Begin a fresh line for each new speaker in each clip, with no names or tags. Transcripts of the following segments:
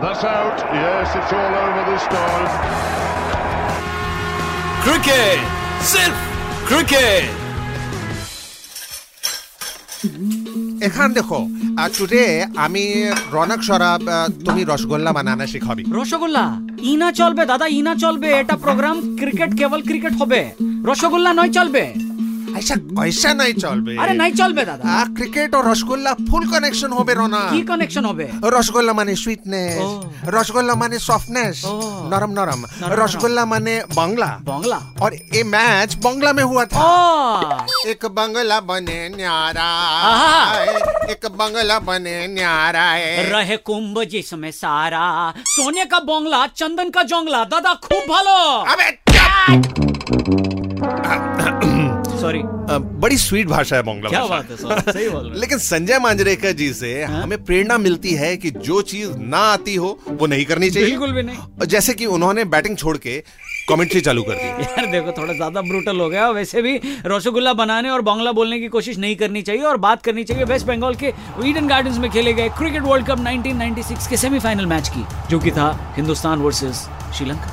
That's out. Yes, it's all over this time.
Cricket सिर्फ cricket
एखान देखो today আমি রনক সরাব তুমি রসগোল্লা বানানো শিখাবি
রসগোল্লা ইনা চলবে দাদা ইনা চলবে এটা প্রোগ্রাম ক্রিকেট কেবল ক্রিকেট হবে রসগোল্লা নয় চলবে
আচ্ছা পয়সা নাই চলবে
আরে নাই চলবে দাদা
আ ক্রিকেট ও রসগোল্লা ফুল কানেকশন হবে রনা
কি কানেকশন হবে
রসগোল্লা মানে সুইটনেস
Oh.
রসগোল্লা মানে সফটনেস
Oh.
নরম নরম
नरम।
রসগোল্লা মানে বাংলা
বাংলা
और ये मैच बंगला में हुआ था
ও
एक बंगला बने न्यारा
आहा।
एक बंगला बने न्यारा है
রহে কুম্ভ জিসমে সারা সোনে কা বংলা চন্দন কা জংলা দাদা খুব ভালো
अबे क्या-
সরি
अ, बड़ी स्वीट भाषा है बंगला
क्या
भाषा।
बात है सर सही बोल रहे
लेकिन संजय मांजरेकर जी से
हाँ।
हमें प्रेरणा मिलती है कि जो चीज ना आती हो वो नहीं करनी
हो।
चाहिए
बिल्कुल भी नहीं
और जैसे कि उन्होंने बैटिंग छोड़ के कमेंट्री चालू कर दी
यार देखो थोड़ा ज्यादा ब्रूटल हो गया वैसे भी रसगुल्ला बनाने और बांग्ला बोलने की कोशिश नहीं करनी चाहिए और बात करनी चाहिए वेस्ट बंगाल के ईडन गार्डन्स में खेले गए क्रिकेट वर्ल्ड कप 1996 के सेमीफाइनल मैच की जो कि था Hindustan versus Sri Lanka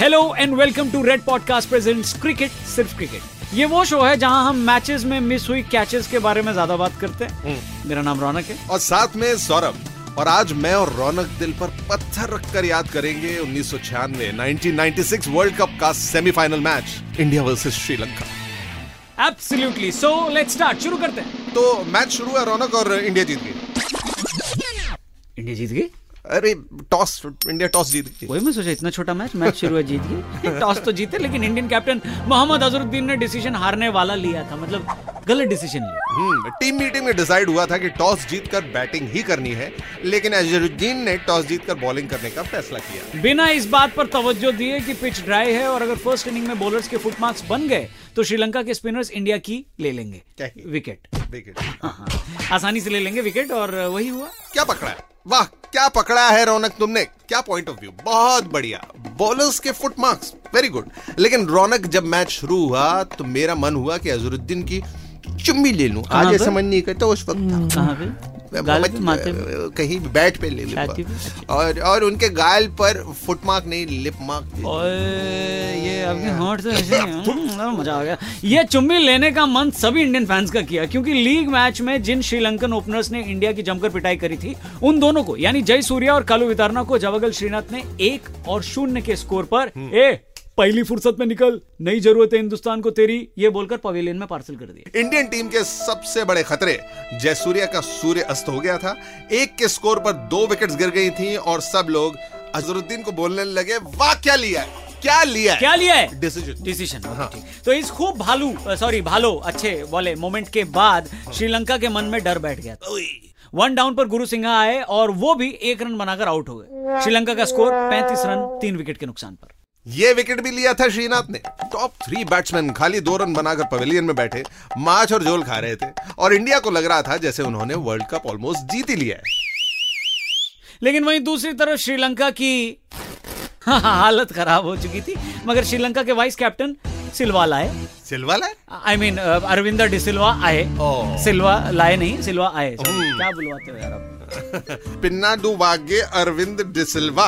hello and welcome to red podcast presents cricket सिर्फ क्रिकेट ये वो शो है जहां हम मैचेस में मिस हुई कैचेस के बारे में ज्यादा बात करते हैं मेरा नाम रौनक है
और साथ में सौरभ और आज मैं और रौनक दिल पर पत्थर रखकर याद करेंगे 1996 1996 वर्ल्ड कप का semifinal match India versus Sri Lanka
absolutely so let's start शुरू करते हैं
तो मैच शुरू है रौनक और इंडिया जीत गई
इंडिया जीत गई
अरे टॉस इंडिया टॉस जीत गई
वही मैं सोचा इतना छोटा मैच मैच शुरू है जीत गए टॉस तो जीते लेकिन इंडियन कैप्टन मोहम्मद अजहरुद्दीन ने डिसीजन हारने वाला लिया था मतलब गलत डिसीजन लिया
हम्म, टीम मीटिंग में डिसाइड हुआ था कि टॉस जीतकर बैटिंग ही करनी है लेकिन अजहरुद्दीन ने टॉस जीतकर बॉलिंग करने का फैसला किया
बिना इस बात पर तवज्जो दिए कि पिच ड्राई है और अगर फर्स्ट इनिंग में बॉलर्स के फुट मार्क्स बन गए तो श्रीलंका के स्पिनर्स इंडिया की ले लेंगे
क्या ही?
विकेट
देखिए
हाँ, आसानी से ले लेंगे विकेट और वही हुआ
क्या पकड़ा है वाह क्या पकड़ा है रौनक तुमने क्या पॉइंट ऑफ व्यू बहुत बढ़िया बॉलर्स के फुट मार्क्स वेरी गुड लेकिन रौनक जब मैच शुरू हुआ तो मेरा मन हुआ कि अजहरुद्दीन की चुम्मी ले लूं आज
कहाँ
ये
पर?
समझ नहीं करता उस वक्त था।
कहाँ पे गाल पे माथे पे
कहीं बैट पे ले
छाती
लूंगा और और उनके गाल पर फुट मार्क नहीं लिप मार्क
ओए, ये आपके होंठ से ऐसे ही, हम्म, मजा आ गया ये चुम्बी लेने का मन सभी इंडियन फैंस का किया क्योंकि लीग मैच में जिन श्रीलंकन ओपनर्स ने इंडिया की जमकर पिटाई करी थी उन दोनों को यानी जय सूर्या और कालू वितारना को जवागल श्रीनाथ ने एक और शून्य के स्कोर पर ए पहली फुर्सत में निकल नई जरूरत है हिंदुस्तान को तेरी ये बोलकर पवेलियन में पार्सल कर दिया
इंडियन टीम के सबसे बड़े खतरे जयसूर्या का सूर्य अस्त हो गया था एक के स्कोर पर दो विकेट्स गिर गई थीं और सब लोग अजरुद्दीन को बोलने लगे वाह क्या लिया है क्या लिया है
क्या लिया है
डिसीजन
डिसीजन
हाँ।
ठीक तो इस खूब भालू सॉरी भालो अच्छे वाले मोमेंट के बाद श्रीलंका के मन में डर बैठ गया था। वन डाउन पर गुरु सिंघा आए और वो भी एक रन बनाकर आउट हो गए श्रीलंका का स्कोर 35 रन तीन विकेट के नुकसान पर
ये विकेट भी लिया था श्रीनाथ ने टॉप थ्री बैट्समैन खाली दो रन बनाकर पवेलियन में बैठे माछ और झोल खा रहे थे और इंडिया को लग रहा था जैसे उन्होंने वर्ल्ड कप ऑलमोस्ट जीत ही लिया है
लेकिन वहीं दूसरी तरफ श्रीलंका की हालत खराब हो चुकी थी मगर श्रीलंका के वाइस कैप्टन सिल्वा लाए
सिल्वा लाए
आई मीन अरविंदर डिसिल्वा आए
ओह।
सिल्वा लाए नहीं सिल्वा आए क्या बुलवाते हो यार आप
पिन्नाडु वागे अरविंद डिसिल्वा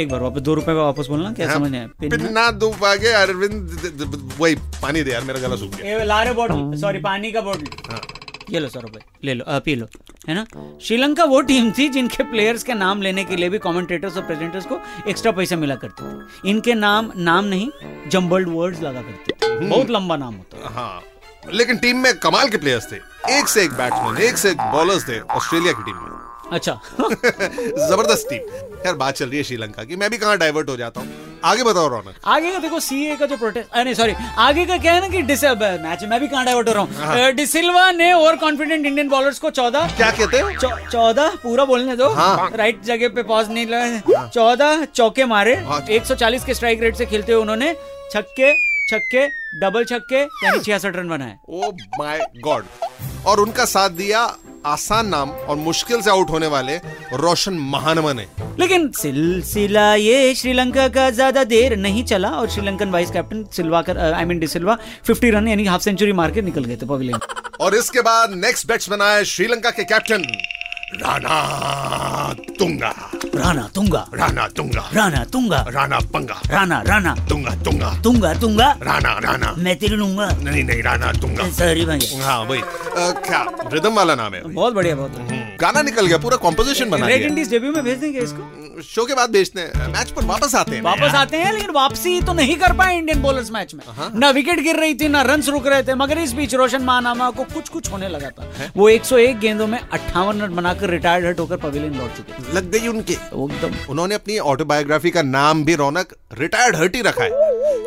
एक बार वापस दो रुपए का वापस बोलना क्या समझ नहीं आया पिन-
पिन्नाडु वागे अरविंद वही पानी दे यार मेरा गला सूख गया
ये ला रहे बॉटल सॉरी पानी का बॉटल ये लो सौ रुपए ले लो अ, पी लो है ना श्रीलंका वो टीम थी जिनके प्लेयर्स के नाम लेने के लिए भी कमेंटेटर्स और प्रेजेंटर्स को एक्स्ट्रा पैसा मिला करते थे इनके नाम नाम नहीं जम्बल्ड वर्ड्स लगा करते थे बहुत लंबा नाम होता है
हाँ लेकिन टीम में कमाल के प्लेयर्स थे एक से एक बैट्समैन एक से एक बॉलर्स थे ऑस्ट्रेलिया की टीम में
अच्छा
जबरदस्त टीम यार बात चल रही है श्रीलंका की मैं भी कहाँ डाइवर्ट हो जाता हूँ आगे बताओ रौनक
आगे का देखो सीए का जो प्रोटेस्ट अरे सॉरी आगे का क्या है ना कि डिस अब, मैच मैं भी कहाँ डाइवर्ट हो रहा हूँ डिसिल्वा ने ओवर कॉन्फिडेंट इंडियन बॉलर्स को चौदह
क्या कहते हो
चौ- चौदह पूरा बोलने दो
हाँ।
राइट जगह पे पॉज नहीं लगा चौदह चौके मारे
हाँ।
140 के स्ट्राइक रेट से खेलते हुए उन्होंने छक्के छक्के डबल छक्के यानी छियासठ रन बनाए
ओ माय गॉड और उनका साथ दिया आसान नाम और मुश्किल से आउट होने वाले रोशन महानमा ने
लेकिन सिलसिला ये श्रीलंका का ज्यादा देर नहीं चला और श्रीलंकन वाइस कैप्टन सिल्वा कर आई मीन डिसिल्वा 50 रन यानी हाफ सेंचुरी मार के निकल गए थे पवेलियन
और इसके बाद नेक्स्ट बैट्समैन आए श्रीलंका के captain Rana
Tunga
Ranatunga
Ranatunga
Ranatunga
Rana पंगा
राणा राणा
तुंगा तुंगा
तुंगा तुंगा
राणा राणा
मैं तेरे लूंगा
नहीं नहीं राणा तुंगा
सॉरी भैया
हाँ वही हम्म। अ, क्या रिदम वाला नाम है
बहुत बढ़िया बहुत बढ़िया।
गाना निकल गया पूरा कॉम्पोजिशन बना
रेड
दिया
इंडीज डेब्यू में भेज देंगे इसको
शो के बाद बेचते हैं मैच पर वापस आते हैं
वापस आते हैं लेकिन वापसी तो नहीं कर पाए इंडियन बॉलर्स मैच में ना विकेट गिर रही थी ना रन रुक रहे थे मगर इस बीच रोशन महानामा को कुछ कुछ होने लगा था वो 101 गेंदों में 58 रन बनाकर रिटायर्ड हट होकर पवेलियन लौट चुके थे
लग गई उनके
तो वो एकदम
उन्होंने अपनी ऑटोबायोग्राफी का नाम भी रौनक रिटायर्ड हर्ट ही रखा है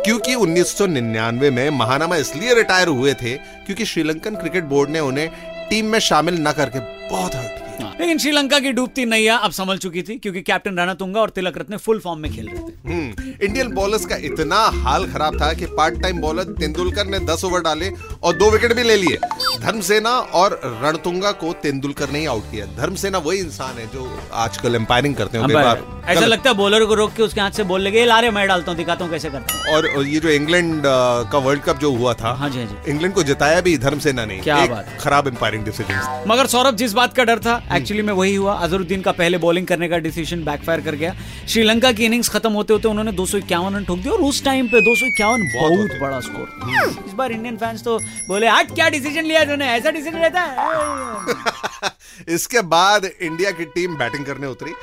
क्योंकि 1999 में महानामा इसलिए रिटायर हुए थे क्योंकि श्रीलंकन क्रिकेट बोर्ड ने उन्हें टीम में शामिल न करके बहुत हर्ट किया
हाँ। लेकिन श्रीलंका की डूबती नैया अब संभल चुकी थी क्योंकि कैप्टन राणा तुंगा और तिलक रत्न फुल फॉर्म में खेल रहे थे
हम्म, इंडियन बॉलर्स का इतना हाल खराब था कि पार्ट टाइम बॉलर तेंदुलकर ने 10 ओवर डाले और दो विकेट भी ले लिए धर्मसेना और रणतुंगा को तेंदुलकर ने ही आउट किया धर्मसेना वही इंसान है जो आजकल एम्पायरिंग करते हैं कई बार
अंपायर ऐसा
गलत।
लगता है बॉलर को रोक के उसके हाथ से बॉल लगे लारे मैं डालता हूँ दिखाता हूँ कैसे करता हूँ
और ये जो इंग्लैंड अ, का वर्ल्ड कप जो हुआ था
हाँ जी हाँ जी
इंग्लैंड को जिताया भी धर्मसेना ने
क्या
एक
बात है।
खराब एम्पायरिंग डिसीजन
मगर सौरभ जिस बात का डर था एक्चुअली में वही हुआ अजरुद्दीन का पहले बॉलिंग करने का डिसीजन बैकफायर कर गया श्रीलंका की इनिंग्स खत्म होते होते उन्होंने दो रन ठोक दिया और उस टाइम पे दो बहुत बड़ा स्कोर इस बार इंडियन फैंस तो बोले आज क्या डिसीजन लिया तूने ऐसा डिसीजन लेता है
इसके बाद इंडिया की टीम बैटिंग करने उतरी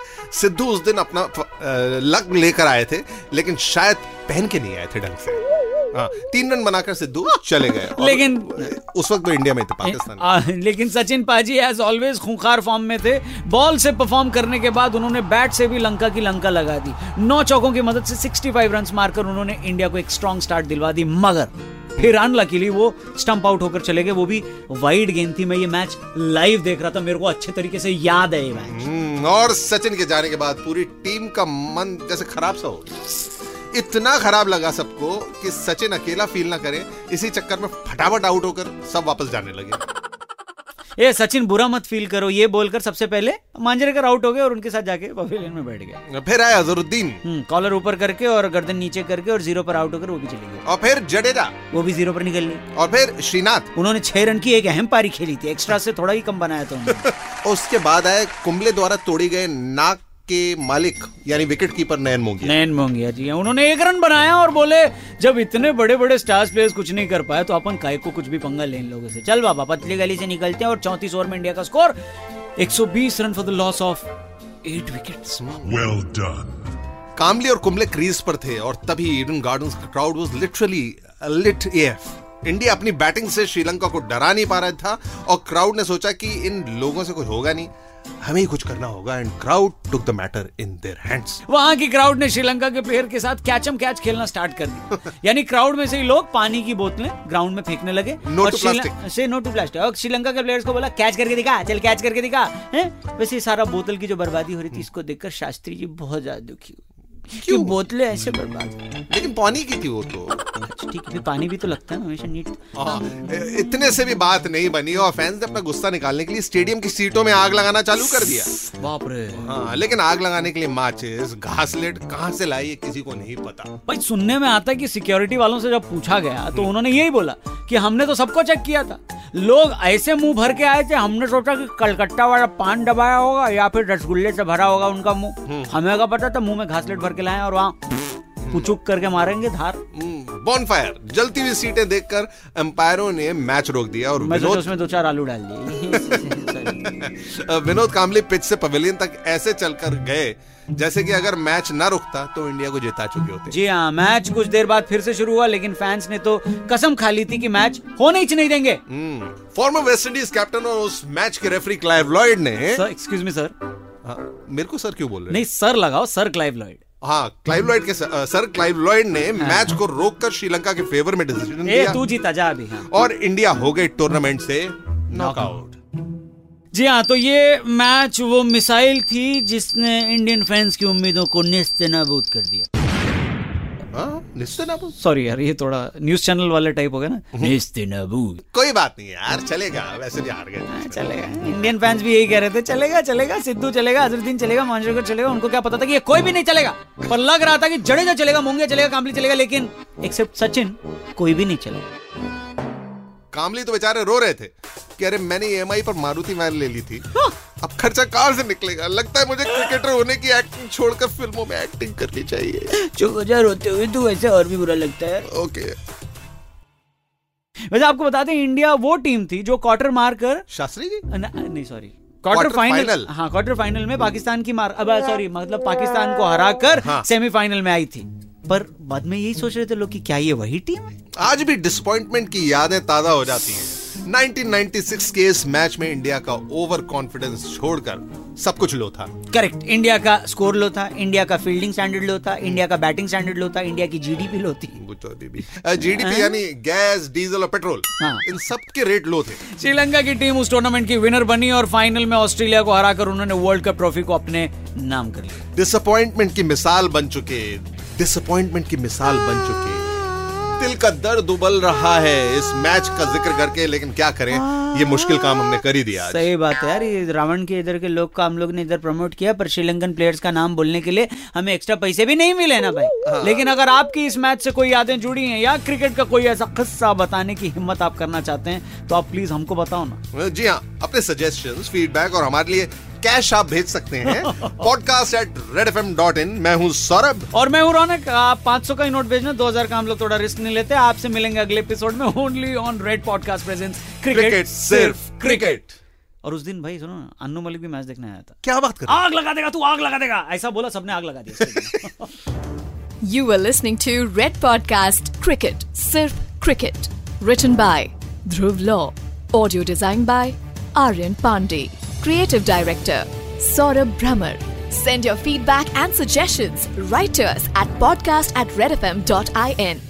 सिद्धू उस दिन अपना फ- अ, लक लेकर आए थे लेकिन शायद पहन के नहीं आए थे ढंग से हाँ, तीन रन बनाकर सिद्धू चले गए और
लेकिन-
उस वक्त तो इंडिया में थे पाकिस्तान में।
आ, लेकिन सचिन पाजी एज ऑलवेज खूंखार फॉर्म में थे बॉल से परफॉर्म करने के बाद उन्होंने बैट से भी लंका की लंका लगा दी नौ चौकों की मदद से 65 रन मारकर उन्होंने इंडिया को एक स्ट्रॉन्ग स्टार्ट दिलवा दी मगर फिर अनलकीली वो स्टंप आउट होकर चले गए वो भी वाइड गेंद थी मैं ये मैच लाइव देख रहा था मेरे को अच्छे तरीके से याद है ये मैच
हम्म, और सचिन के जाने के बाद पूरी टीम का मन जैसे खराब सा हो गया। इतना खराब लगा सबको कि सचिन अकेला फील ना करे इसी चक्कर में फटाफट आउट होकर सब वापस जाने लगे
ए सचिन बुरा मत फील करो ये बोलकर सबसे पहले मांजरेकर आउट हो गए और उनके साथ जाके पवेलियन में बैठ गए
फिर आया अजरुद्दीन
हम्म, कॉलर ऊपर करके और गर्दन नीचे करके और जीरो पर आउट होकर वो भी चले गए
और फिर जडेजा
वो भी जीरो पर निकल ली
और फिर श्रीनाथ
उन्होंने छह रन की एक अहम पारी खेली थी एक्स्ट्रा से थोड़ा ही कम बनाया था उन्होंने
उसके बाद आए कुंबले द्वारा तोड़ी गए नाक के मालिक यानी विकेट कीपर नयन मोगी
नयन मोंगिया जी हैं। उन्होंने एक रन बनाया और बोले जब इतने बड़े बड़े स्टार्स प्लेयर्स कुछ नहीं कर पाए तो अपन काय को कुछ भी पंगा ले इन लोगों से चल बाबा पतली गली से निकलते हैं और चौंतीस ओवर में इंडिया का score 120 run for the loss of eight wickets
Well done.
Kambli और कुंबले क्रीज पर थे और तभी ईडन गार्डन्स का crowd was literally lit if India अपनी बैटिंग से श्रीलंका को डरा नहीं पा रहा था और क्राउड ने सोचा कि इन लोगों से कुछ होगा नहीं हमें ही कुछ करना होगा and crowd took the matter in their hands
वहां की क्राउड ने श्रीलंका के प्लेयर के साथ कैचम कैच खेलना स्टार्ट कर दिया यानी क्राउड में से ही लोग पानी की बोतलें ग्राउंड में फेंकने लगे
No to
श्रीलं-
plastic.
से नो टू प्लास्टिक और श्रीलंका के प्लेयर्स को बोला कैच करके दिखा चल कैच करके दिखा हैं? वैसे ये सारा बोतल की जो बर्बादी हो रही थी
हम्म।
इसको देखकर शास्त्री जी बहुत ज्यादा दुखी हुए कि बोतलें ऐसे बर्बाद हुई।
लेकिन पानी की थी वो तो
अच्छा, ठीक है फिर पानी भी तो लगता है ना हमेशा नीट
हाँ, इतने से भी बात नहीं बनी और फैंस ने अपना गुस्सा निकालने के लिए स्टेडियम की सीटों में आग लगाना चालू कर दिया
बाप रे
हाँ, लेकिन आग लगाने के लिए माचिस घासलेट कहाँ से लाई ये किसी को नहीं पता
भाई सुनने में आता है कि सिक्योरिटी वालों से जब पूछा गया तो उन्होंने यही बोला कि हमने तो सबको चेक किया था लोग ऐसे मुंह भर के आए थे हमने सोचा कि कलकत्ता वाला पान दबाया होगा या फिर रसगुल्ले से भरा होगा उनका मुंह हमें क्या पता था मुंह में घासलेट भर के लाए और वहाँ पुचुक करके मारेंगे धार
बॉनफायर हम्म, जलती हुई सीटें देखकर अंपायरों ने मैच रोक दिया और
मैं सोचा
विनोद
उसमें दो चार आलू डाल दिए
विनोद कामली पिच से पवेलियन तक ऐसे चलकर गए जैसे कि अगर मैच ना रुकता तो इंडिया को जिता चुके होते
जी हाँ मैच कुछ देर बाद फिर से शुरू हुआ लेकिन फैंस ने तो कसम खा ली थी कि मैच होने ही नहीं देंगे
hmm, former West Indies captain और उस मैच के रेफरी क्लाइव लॉयड ने
सर एक्सक्यूज मी सर
हाँ, मेरे को सर क्यों बोल रहे हैं?
नहीं सर लगाओ सर क्लाइव लॉयड
हाँ क्लाइव लॉयड के सर, सर क्लाइव लॉयड ने मैच को रोककर श्रीलंका के फेवर में डिसीजन
हाँ। ए
दिया
तू जीता जा अभी हाँ
और इंडिया हो गई टूर्नामेंट से नॉकआउट
जी हाँ तो ये मैच वो मिसाइल थी जिसने इंडियन फैंस की उम्मीदों को निस्त नाबूद कर दिया
हाँ, निश्चित ना बोल।
सॉरी यार ये थोड़ा न्यूज चैनल वाला टाइप हो गया ना निस्त नाबूद
कोई बात नहीं यार चलेगा वैसे भी हार गए
हाँ, चलेगा इंडियन फैंस भी यही कह रहे थे चलेगा चलेगा सिद्धू चलेगा अजरुद्दीन चलेगा मांजरेकर चलेगा उनको क्या पता था कि ये कोई भी नहीं चलेगा पर लग रहा था कि जडेजा चलेगा मोंगिया चलेगा कामली चलेगा लेकिन एक्सेप्ट सचिन कोई भी नहीं चला
E कामली तो बेचारे रो रहे थे कि अरे मैंने ई पर मारुति वैन ले ली थी अब खर्चा कहाँ से निकलेगा लगता है मुझे क्रिकेटर होने की एक्टिंग छोड़कर फिल्मों में एक्टिंग करनी चाहिए
चुप हो जा रोते हुए तू ऐसे और भी बुरा लगता है
ओके
वैसे आपको बता दें इंडिया वो टीम थी जो क्वार्टर मार कर
शास्त्री जी
न- नहीं sorry
Quarter
quarter final
final।
हाँ क्वार्टर फाइनल में पाकिस्तान की मार अब सॉरी मतलब पाकिस्तान को हरा कर
हाँ।
सेमीफाइनल में आई थी पर बाद में यही सोच रहे थे लोग कि क्या ये वही टीम है
आज भी डिसअपॉइंटमेंट की यादें ताजा हो जाती हैं 1996 के इस मैच में इंडिया का ओवर कॉन्फिडेंस छोड़कर सब कुछ लो था
करेक्ट इंडिया का स्कोर लो था इंडिया का फील्डिंग स्टैंडर्ड लो था इंडिया का बैटिंग स्टैंडर्ड लो था इंडिया की जीडीपी लो थी
वो तो अभी भी जीडीपी यानी गैस डीजल और पेट्रोल
हाँ।
इन सब के रेट लो थे
श्रीलंका की टीम उस टूर्नामेंट की विनर बनी और फाइनल में ऑस्ट्रेलिया को हराकर उन्होंने वर्ल्ड कप ट्रॉफी को अपने नाम कर लिया
डिसअपॉइंटमेंट की मिसाल बन चुके डिसअपॉइंटमेंट की मिसाल बन चुके दिल का दर्द उबल रहा है इस मैच का जिक्र करके लेकिन क्या करें ये मुश्किल काम हमने कर ही दिया आज।
सही बात है यार ये रावण के इधर के लोग का हम लोग ने इधर प्रमोट किया पर श्रीलंकन प्लेयर्स का नाम बोलने के लिए हमें एक्स्ट्रा पैसे भी नहीं मिले ना
हाँ।
भाई लेकिन अगर आपकी इस मैच से कोई यादें जुड़ी हैं या क्रिकेट का कोई ऐसा किस्सा बताने की हिम्मत आप करना चाहते हैं तो आप प्लीज हमको बताओ ना
जी हाँ अपने सजेशन फीडबैक और हमारे लिए कैश आप भेज सकते हैं podcast at red F M dot in मैं हूँ सौरभ
और मैं हूं रौनक आप 500 का ही नोट भेजना 2000 का हम लोग थोड़ा रिस्क नहीं लेते आपसे मिलेंगे अगले एपिसोड में only on red podcast presents
cricket सिर्फ क्रिकेट
और उस दिन भाई सुनो ना अन्नू मलिक भी मैच देखने आया था
क्या बात कर
आग लगा देगा तू आग लगा देगा ऐसा बोला सबने आग लगा दी उसके लिए।
You are listening to Red Podcast Cricket, Sirf Cricket. Written by Dhruv Law. Audio design by Aryan Pandey. Creative Director Saurabh Brahmer. Send your feedback and suggestions right to us at podcast at redfm.in.